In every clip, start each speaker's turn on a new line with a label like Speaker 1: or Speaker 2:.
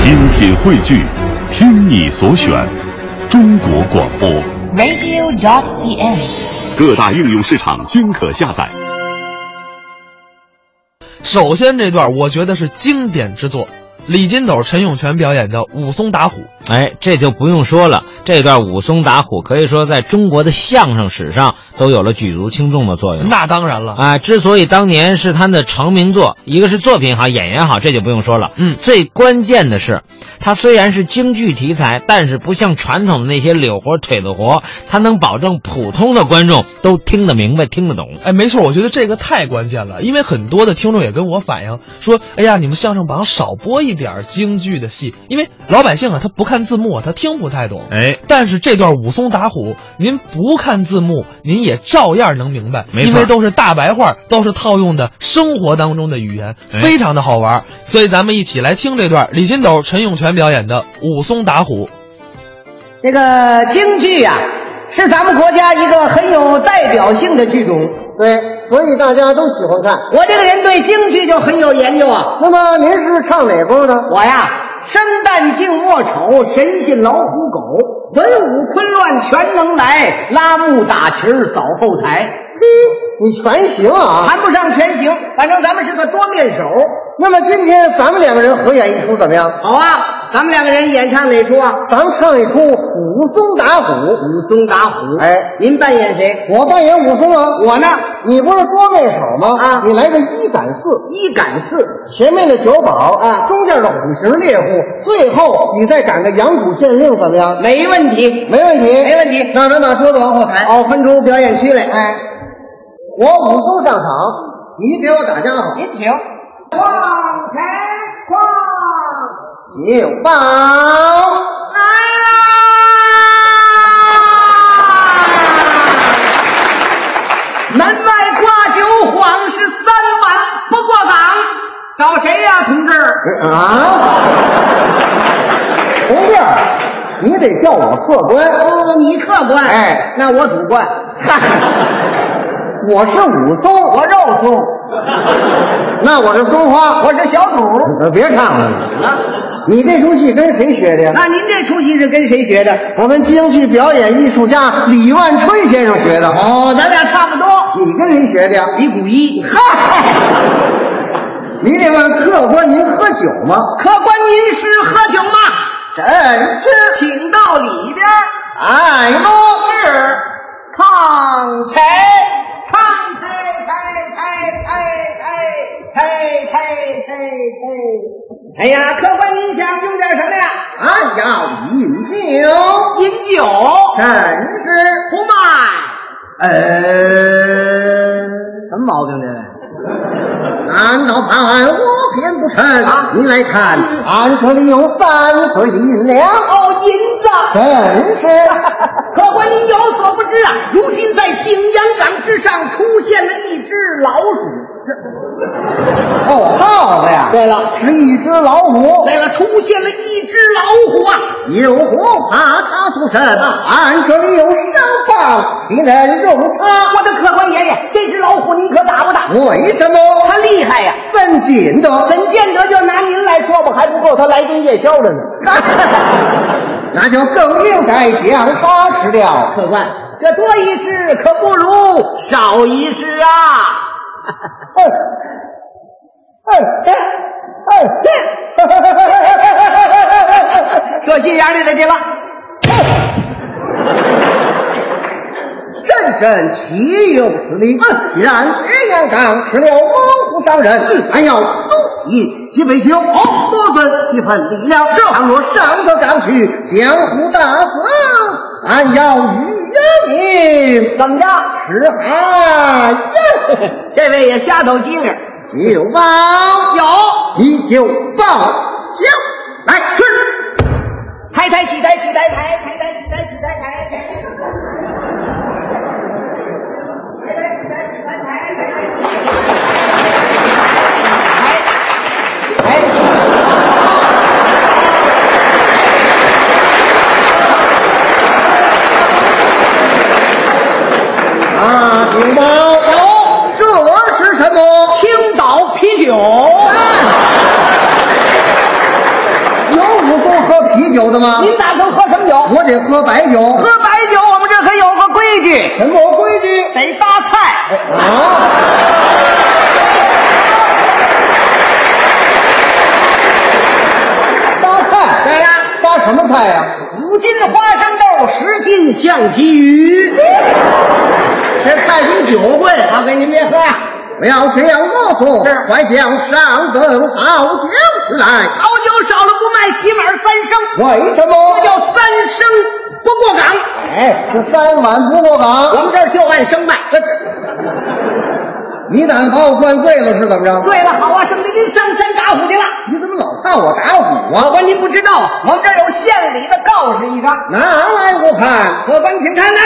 Speaker 1: 精品汇聚，听你所选，中国广播。
Speaker 2: radio.cn。
Speaker 1: 各大应用市场均可下载。
Speaker 3: 首先这段我觉得是经典之作，李金斗、陈永泉表演的《武松打虎》。
Speaker 4: 哎，这就不用说了。这段武松打虎可以说在中国的相声史上都有了举足轻重的作用。
Speaker 3: 那当然了，
Speaker 4: 嗯啊，之所以当年是他的成名作，一个是作品好，演员好，这就不用说了。
Speaker 3: 嗯
Speaker 4: 最关键的是，它虽然是京剧题材，但是不像传统的那些柳活、腿子活，它能保证普通的观众都听得明白、听得懂。
Speaker 3: 哎，没错，我觉得这个太关键了，因为很多的听众也跟我反映说，哎呀，你们相声榜少播一点京剧的戏，因为老百姓啊，他不看字幕啊，他听不太懂。
Speaker 4: 哎，
Speaker 3: 但是这段武松打虎，您不看字幕，您也照样能明白，
Speaker 4: 没错
Speaker 3: 因为都是大白话，都是套用的生活当中的语言，
Speaker 4: 哎
Speaker 3: 非常的好玩。所以咱们一起来听这段李金斗、陈永泉表演的《武松打虎》。
Speaker 5: 这个京剧啊，是咱们国家一个很有代表性的剧种。
Speaker 6: 对，所以大家都喜欢看。
Speaker 5: 我这个人对京剧就很有研究啊。
Speaker 6: 那么您是唱哪工呢？
Speaker 5: 我呀，生旦净末丑，神仙老虎狗，文武昆乱全能来，拉木打旗儿扫后台，
Speaker 6: 嘿，你全行啊！
Speaker 5: 谈不上全行，反正咱们是个多面手。
Speaker 6: 那么今天咱们两个人合演一出怎么样？
Speaker 5: 好啊，咱们两个人演唱哪出啊？
Speaker 6: 咱们唱一出《武松打虎》。
Speaker 5: 武松打虎。
Speaker 6: 哎，
Speaker 5: 您扮演谁？
Speaker 6: 我扮演武松啊。
Speaker 5: 我呢？
Speaker 6: 你不是多面手吗？
Speaker 5: 啊
Speaker 6: 你来个一赶四，
Speaker 5: 一赶四，
Speaker 6: 前面的九宝
Speaker 5: 啊
Speaker 6: 中间的虎形猎户，最后你再赶个阳谷县令，怎么样？
Speaker 5: 没问题。
Speaker 6: 没问题，
Speaker 5: 没问题
Speaker 6: 那咱把桌子往后抬。
Speaker 5: 哦，分出表演区来。哎。
Speaker 6: 我武松上场，你给我打家伙。
Speaker 5: 您请。往前跨，
Speaker 6: 你报。
Speaker 5: 来啦！门外挂酒晃是三碗不过岗，找谁呀、同志？
Speaker 6: 啊，红弟儿，你得叫我客官。
Speaker 5: 哦，你客官，
Speaker 6: 哎
Speaker 5: 那我主官，
Speaker 6: 我是武松，我肉松， 那我是松花，
Speaker 5: 我是小主。啊
Speaker 6: 我别唱了。你这出戏跟谁学的呀？
Speaker 5: 那您这出戏是跟谁学的？
Speaker 6: 我跟京剧表演艺术家李万春先生学的。
Speaker 5: 哦，咱俩差不多。
Speaker 6: 你跟谁学的呀？
Speaker 5: 李谷一，
Speaker 6: 嗨，你得问客官，您喝酒吗？
Speaker 5: 客官您是喝酒吗？
Speaker 6: 真是
Speaker 5: 请到里边儿。
Speaker 6: 哎
Speaker 5: 都是抗谁？抗谁？谁谁谁谁谁谁谁谁？哎呀，客官，您想用点什么哎呀？
Speaker 6: 啊，要饮酒，
Speaker 5: 饮酒？
Speaker 6: 真是。
Speaker 5: 不卖。
Speaker 6: 呃，
Speaker 5: 什么毛病这位？
Speaker 6: 难道判案我偏不成？
Speaker 5: 啊
Speaker 6: 您来看，俺这里有三岁的银两，
Speaker 5: 哦，银子。
Speaker 6: 真是。
Speaker 5: 客官，您有所不知啊，如今在景阳冈之上出现了一只老鼠。
Speaker 6: 哦，耗子呀，
Speaker 5: 对了，
Speaker 6: 是一只老虎，
Speaker 5: 对了，出现了一只老虎啊！
Speaker 6: 有虎怕它出身。俺这里有上棒，你能用它？
Speaker 5: 我的客官爷爷，这只老虎您可打不打？
Speaker 6: 为什么？
Speaker 5: 它厉害呀、
Speaker 6: 真紧的，
Speaker 5: 怎见得就拿您来说吧，还不够他来顿夜宵的呢。
Speaker 6: 那就更应该讲八十了。
Speaker 5: 客官，这多一事可不如少一事啊！这心眼里的去吧。
Speaker 6: 阵阵岂有此理！让揭阳岗吃了猛虎伤人，俺要独以西北修，多尊一份力量。倘若上得岗去，江湖大死，俺要与你
Speaker 5: 怎么着？
Speaker 6: 吃寒烟。
Speaker 5: 这位也瞎抖机灵，
Speaker 6: 酒报，
Speaker 5: 有
Speaker 6: 你就报酒来吃。
Speaker 5: 抬抬起抬起抬抬抬抬起抬起抬抬。
Speaker 6: 啊，酒报
Speaker 5: 哦
Speaker 6: 有，这是什么？
Speaker 5: 青岛啤酒，
Speaker 6: 喝啤酒的吗？
Speaker 5: 您打算喝什么酒？
Speaker 6: 我得喝白酒。
Speaker 5: 嗯喝白酒，我们这可有个规矩，
Speaker 6: 什么规矩？
Speaker 5: 得搭菜。
Speaker 6: 啊！搭菜，
Speaker 5: 对呀
Speaker 6: 搭什么菜呀、
Speaker 5: 五斤花生豆，十斤橡皮鱼。
Speaker 6: 这菜比酒贵，
Speaker 5: 我给您别喝，
Speaker 6: 不要这样啰嗦，
Speaker 5: 是
Speaker 6: 还想哦上等好酒起来。
Speaker 5: 好酒少了不卖，起码三升，
Speaker 6: 为什么
Speaker 5: 这叫三升不过岗。
Speaker 6: 哎，这三碗不过
Speaker 5: 我
Speaker 6: 岗，
Speaker 5: 们这儿就按升卖。
Speaker 6: 你打算把我灌醉了是怎么着？
Speaker 5: 对了，好啊，兄弟，您上山打虎去了。
Speaker 6: 你怎么老看我打鼓
Speaker 5: 我
Speaker 6: 啊？
Speaker 5: 说您不知道啊，我们这儿有县里的告示一张，
Speaker 6: 拿来我看，
Speaker 5: 我帮请看呐。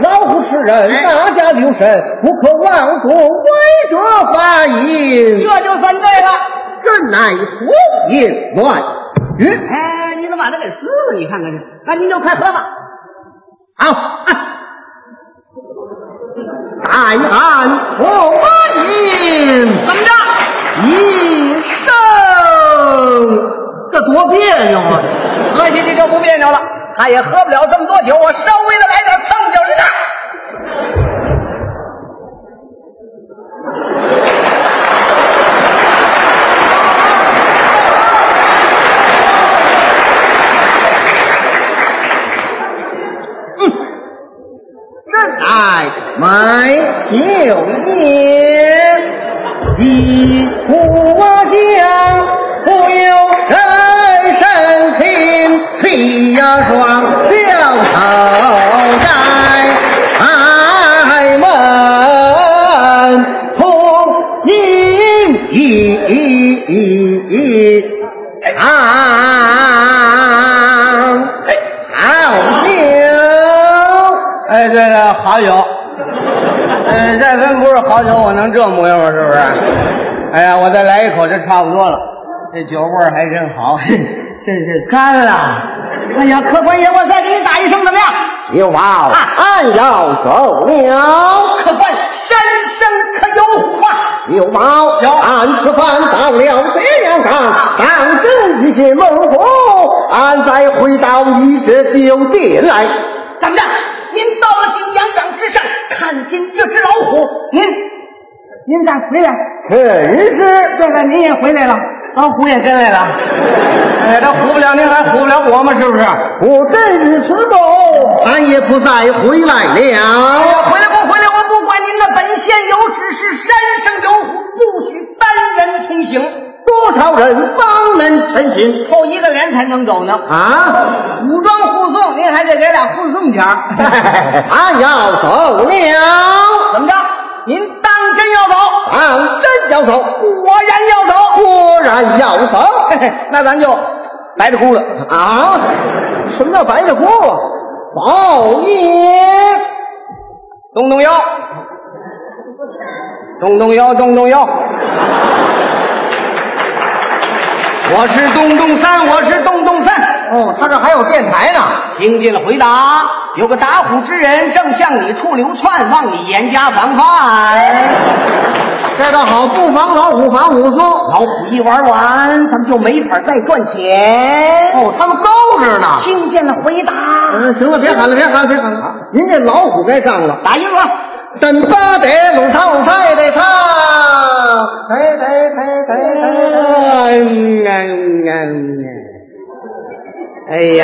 Speaker 6: 老虎吃人，
Speaker 5: 哎
Speaker 6: 大家留神，不可妄图违者法
Speaker 5: 这
Speaker 6: 音。
Speaker 5: 就算对了。
Speaker 6: 这乃胡音乱语
Speaker 5: 哎，你怎么把它给撕了？你看看这，那您就快喝吧。
Speaker 6: 啊！大汉胡音
Speaker 5: 怎么着？
Speaker 6: 一声，这多别扭啊！
Speaker 5: 喝起去就不别扭了。他也喝不了这么多酒，我稍微的来点蹭酒一下。嗯
Speaker 6: 爱买
Speaker 5: 哎
Speaker 6: 酒宴，
Speaker 2: 哎
Speaker 6: 一壶浆，忽悠人生情，气呀双笑口盖，爱门红阴一长，好酒。
Speaker 2: 哎，对了，好酒。嗯，这真不是好酒，我能这模样吗？是不是？哎呀，我再来一口，这差不多了。这酒味儿还真好，真是干了。
Speaker 5: 哎呀，客官爷，我再给你打一声，怎么样？
Speaker 6: 牛娃
Speaker 5: 啊
Speaker 6: 俺要走了。
Speaker 5: 客官，山生可有虎啊？
Speaker 6: 牛娃，俺吃饭到了这样岗，当真一些猛虎，俺再回到你这酒店来。
Speaker 5: 怎么着？您到了景阳岗之上，看见一只老虎，您您再回来，
Speaker 6: 真是，
Speaker 5: 这个您也回来了。
Speaker 2: 啊，虎也跟来了。哎呀，他唬不了您，还唬不了我吗？是不是？
Speaker 6: 我真是走，俺也不再回来
Speaker 5: 哎
Speaker 6: 了。
Speaker 5: 呀，回来不回来，我不管您的。本县有指示，山上有虎，不许单人通行，
Speaker 6: 多少人方能成行
Speaker 2: 凑一个连才能走呢。
Speaker 6: 啊？
Speaker 2: 武装护送，您还得给俩护送钱 儿。
Speaker 6: 俺要走了，
Speaker 5: 怎么着？您当真要走？
Speaker 6: 俺真要走，
Speaker 5: 果然要走。
Speaker 6: 果然要走。
Speaker 2: 那咱就白的哭了。
Speaker 6: 啊？什么叫白的啊锅？造孽！
Speaker 2: 动动腰，动动腰，动动腰。我是东东三，我是东东三。
Speaker 6: 哦，他这还有电台呢。
Speaker 2: 听见了回答，有个打虎之人正向你处流窜，望你严加防范。
Speaker 6: 这倒好，不防老虎，防虎松。
Speaker 2: 老虎一玩完，咱们就没法再赚钱。
Speaker 6: 哦，他们高着呢。
Speaker 2: 听见了回答，
Speaker 6: 嗯，行了，别喊了，别喊了，别喊了。您这老虎该上了。
Speaker 2: 打赢了。
Speaker 6: 真巴得鲁唱菜得唱，哎哎哎哎哎
Speaker 2: 哎呀，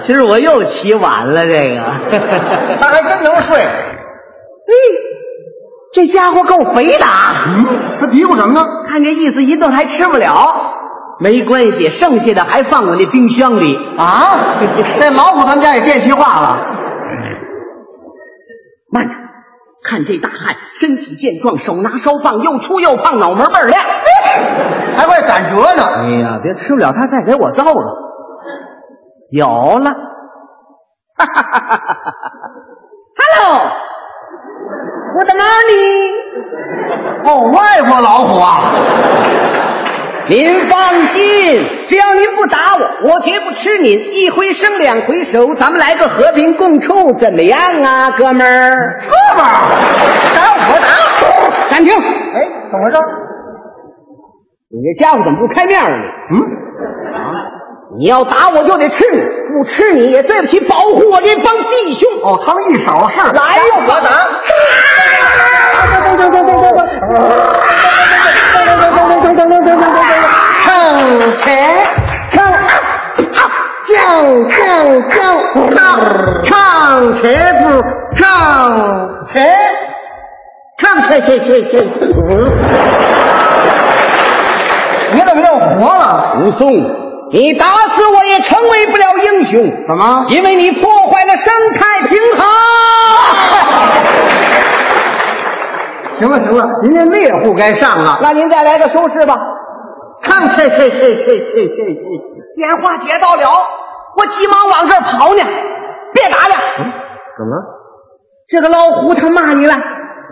Speaker 2: 今儿我又起晚了， 这个
Speaker 6: 他还真能睡。
Speaker 2: 这家伙够肥的啊！
Speaker 6: 嗯，他嘀咕什么呢？
Speaker 2: 看这意思，一顿还吃不了。没关系，剩下的还放我那冰箱里。
Speaker 6: 啊， 这老虎他们家也电气化了。
Speaker 2: 哎慢着，看这大汉，身体健壮，手拿烧棒，又粗又胖，脑门倍儿 亮，还会打折呢。哎呀，别吃不了他，再给我造了。有了，哈哈哈哈哈哈！Hello，Good morning。
Speaker 6: 哦，外国老虎啊。
Speaker 2: 您放心，只要您不打我，我绝不吃您。一回生，两回熟，咱们来个和平共处，怎么样啊，哥们儿？哥们儿，打我打！暂停。
Speaker 5: 哎，怎么回事？
Speaker 6: 你这家伙怎么不开面呢？嗯，你要打我就得吃你，不吃你也对不起保护我这帮弟兄。
Speaker 5: 哦，他们一手是
Speaker 6: 来呀，我打！
Speaker 5: 噔噔噔噔噔噔噔噔噔噔噔噔噔噔噔噔噔噔噔噔噔噔，上前上将将将，上上前不上前，上前前前前。你怎么又活了？
Speaker 6: 武松，你打死我也成为不了英雄，
Speaker 5: 怎么？
Speaker 6: 因为你破坏了生态平衡。
Speaker 5: 行了行了，您这猎户该上了。
Speaker 6: 那您再来个收拾吧。
Speaker 5: 看这这这这这这这，
Speaker 6: 电话接到了，我急忙往这儿跑呢。别打嗯了，
Speaker 5: 怎么？
Speaker 6: 这个老虎他骂你了，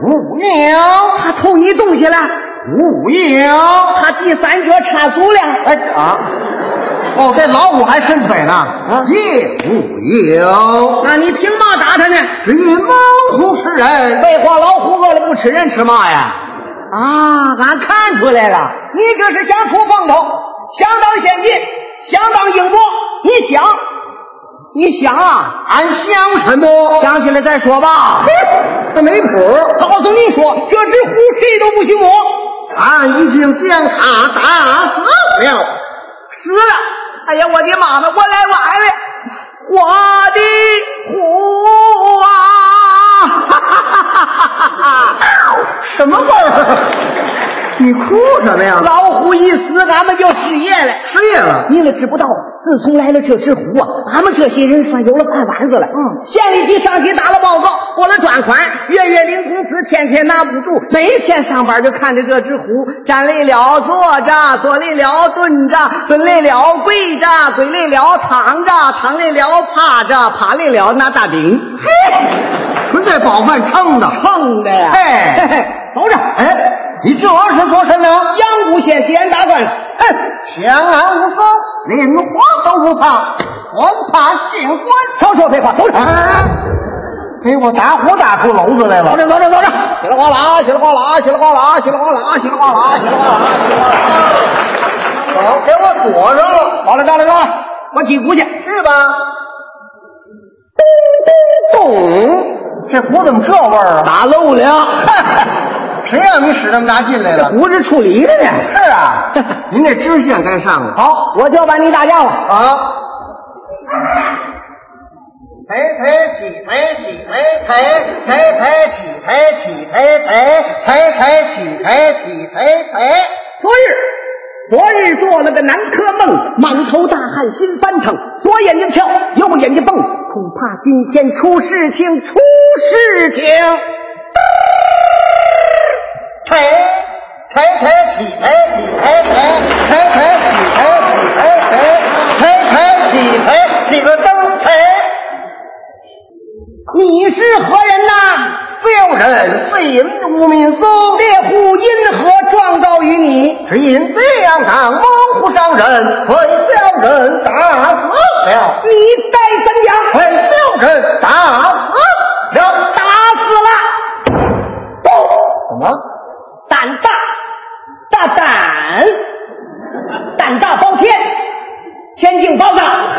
Speaker 5: 五五幺，
Speaker 6: 他偷你东西了，
Speaker 5: 五五幺。
Speaker 6: 他第三脚插足了。
Speaker 5: 哎啊！哦，这老虎还伸腿呢。啊，夜虎有，
Speaker 6: 那你凭嘛打他呢？
Speaker 5: 只因猛虎吃人。
Speaker 6: 废话，老虎饿了不吃人吃嘛呀？
Speaker 5: 啊，
Speaker 6: 俺看出来了，你这是想出风头，想当先进，想当英模，你想，你想啊，
Speaker 5: 俺想什么？
Speaker 6: 想起来再说吧。
Speaker 5: 他没谱。
Speaker 6: 告诉你说，这只虎谁都不许摸，
Speaker 5: 俺已经将他打死了。
Speaker 6: 死了！哎呀，我的妈妈，我来晚了，我的虎啊！哈哈哈哈哈哈！
Speaker 5: 什么味儿？你哭什么呀？
Speaker 6: 老虎一死，俺们就失业了。
Speaker 5: 失业了。
Speaker 6: 你们知不道，自从来了这只虎啊，俺们这些人算有了饭碗子了。嗯，县里级、上级打了报告，拨了专款，月月领工资，天天拿补助，每天上班就看着这只虎，站累了坐着，坐累了蹲着，蹲累了跪着，跪累了躺着，躺累了趴着，趴累了拿大饼。嘿，
Speaker 5: 纯粹饱饭撑的。
Speaker 6: 横的呀！
Speaker 5: 哎
Speaker 6: 嘿嘿，走着。
Speaker 5: 哎，你这玩意儿是做甚呢？
Speaker 6: 阳谷县接俺打官司。
Speaker 5: 哎，相安无风，连火都不怕，我怕进关。
Speaker 6: 少说废话，走着。
Speaker 5: 啊！给我打火打出篓子来了。
Speaker 6: 走着走着走着，起来哗啦，起来哗啦，起来哗啦，起来哗啦，起来哗啦，起来哗啦，起来哗啦。
Speaker 5: 好，给我锁上了。
Speaker 6: 到了到了到了，我击鼓去。
Speaker 5: 是吧？咚！这壶怎么这味儿啊？
Speaker 6: 打漏了，
Speaker 5: 谁让你使那么大劲来了？
Speaker 6: 不是处理的呢。
Speaker 5: 是 啊，您这知县该上了。
Speaker 6: 好，我叫把你打架了。
Speaker 5: 啊！抬抬起抬起抬抬抬抬起抬起抬抬抬抬起抬起抬抬。
Speaker 6: 昨日，昨日做了个南柯梦，满头大汗，心翻腾，左眼睛跳，右眼睛蹦，恐怕今天出事情，出事情。
Speaker 5: 抬抬抬起抬起抬抬抬抬起抬起抬抬抬抬起抬起个灯抬。
Speaker 6: 你是何人呐？
Speaker 5: 自由人是因无民松，
Speaker 6: 猎户因何撞到于你？
Speaker 5: 只因这样当猛虎伤人，被小人打死了，
Speaker 6: 你该怎
Speaker 5: 被
Speaker 6: 样？
Speaker 5: 小人打死了，
Speaker 6: 打死了！哦
Speaker 5: 怎么？
Speaker 6: 胆大，大胆，胆大包天，天境包大。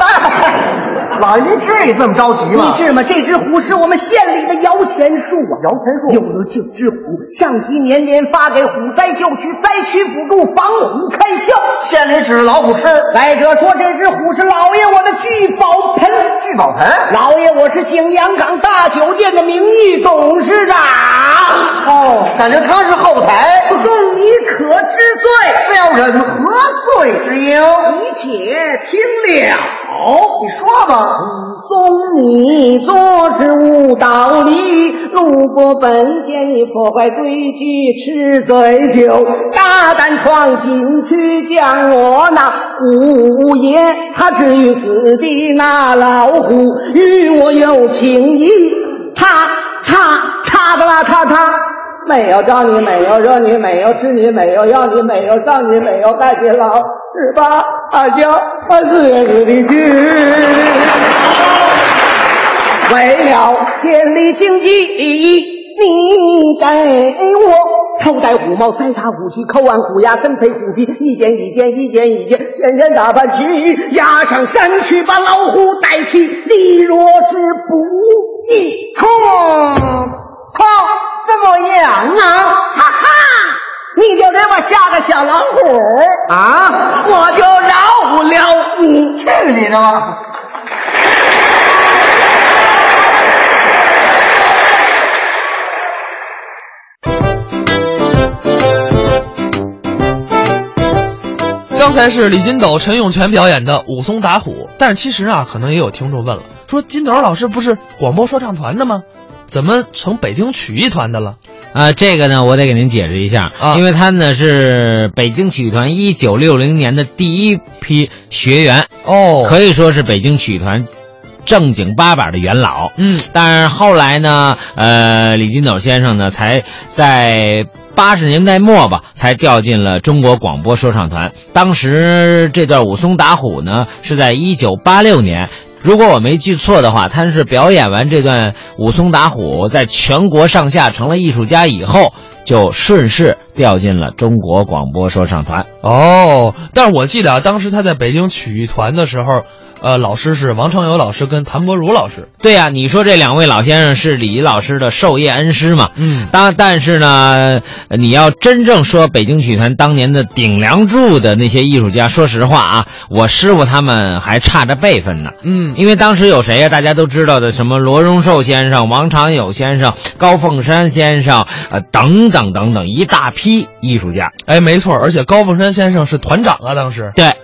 Speaker 5: 老于至于这么着急
Speaker 6: 你
Speaker 5: 吗？
Speaker 6: 知吗？这只虎是我们县里的摇钱树啊！摇钱树有了这只虎，上级年年发给虎灾救区灾区补助，防虎开销。
Speaker 5: 县里指着老虎吃
Speaker 6: 来者说这只虎是老爷我的聚宝盆，
Speaker 5: 聚宝盆。
Speaker 6: 老爷我是景阳冈大酒店的名誉董事长。哦，
Speaker 5: 感觉他是后台，
Speaker 6: 纵你可知罪？
Speaker 5: 这要人何罪之有？
Speaker 6: 你且听了，
Speaker 5: 你说吧。
Speaker 6: 送你做事无道理，路过本县你破坏规矩，吃醉酒，大胆闯进去，将我那五爷他置于死地，那老虎与我有情谊，他他他的啦他他。没有招你，没有惹你，没有吃你，没有要你，没有上你，没有害你，老十八二九三四月子的去。为了建立经济利益，你给我头戴虎帽，腮插虎须，口按虎牙，身披虎皮，一剪一尖，一剪一尖，眼尖打扮其余，押上山去把老虎代替，你若是不义，
Speaker 7: 空空怎么样啊？
Speaker 6: 哈哈，你就给我下个小老虎，
Speaker 7: 啊，
Speaker 6: 我就饶不了你。
Speaker 7: 去你的吧！
Speaker 3: 刚才是李金斗、陈永泉表演的武松打虎，但是其实啊，可能也有听众问了，说金斗老师不是广播说唱团的吗？怎么成北京曲艺团的了？
Speaker 4: 啊，这个呢，我得给您解释一下，
Speaker 3: 啊
Speaker 4: 因为他呢是北京曲艺团一九六零年的第一批学员，
Speaker 3: 哦
Speaker 4: 可以说是北京曲艺团正经八百的元老。
Speaker 3: 嗯，
Speaker 4: 但是后来呢，呃，李金斗先生呢，才在八十年代末吧，才调进了中国广播说唱团。当时这段武松打虎呢，是在一九八六年。如果我没记错的话，他是表演完这段武松打虎，在全国上下成了艺术家以后，就顺势调进了中国广播说唱团。
Speaker 3: 哦，但是我记得啊，当时他在北京曲艺团的时候，呃，老师是王成友老师跟谭伯如老师。
Speaker 4: 对呀、你说这两位老先生是李老师的授业恩师嘛？
Speaker 3: 嗯
Speaker 4: 当但是呢，呃你要真正说北京曲艺团当年的顶梁柱的那些艺术家，说实话啊，我师傅他们还差着辈分呢。
Speaker 3: 嗯，
Speaker 4: 因为当时有谁呀、大家都知道的，什么罗荣寿先生、王长友先生、高凤山先生，呃，等等等等，一大批艺术家。
Speaker 3: 哎，没错，而且高凤山先生是团长啊，当时。
Speaker 4: 对，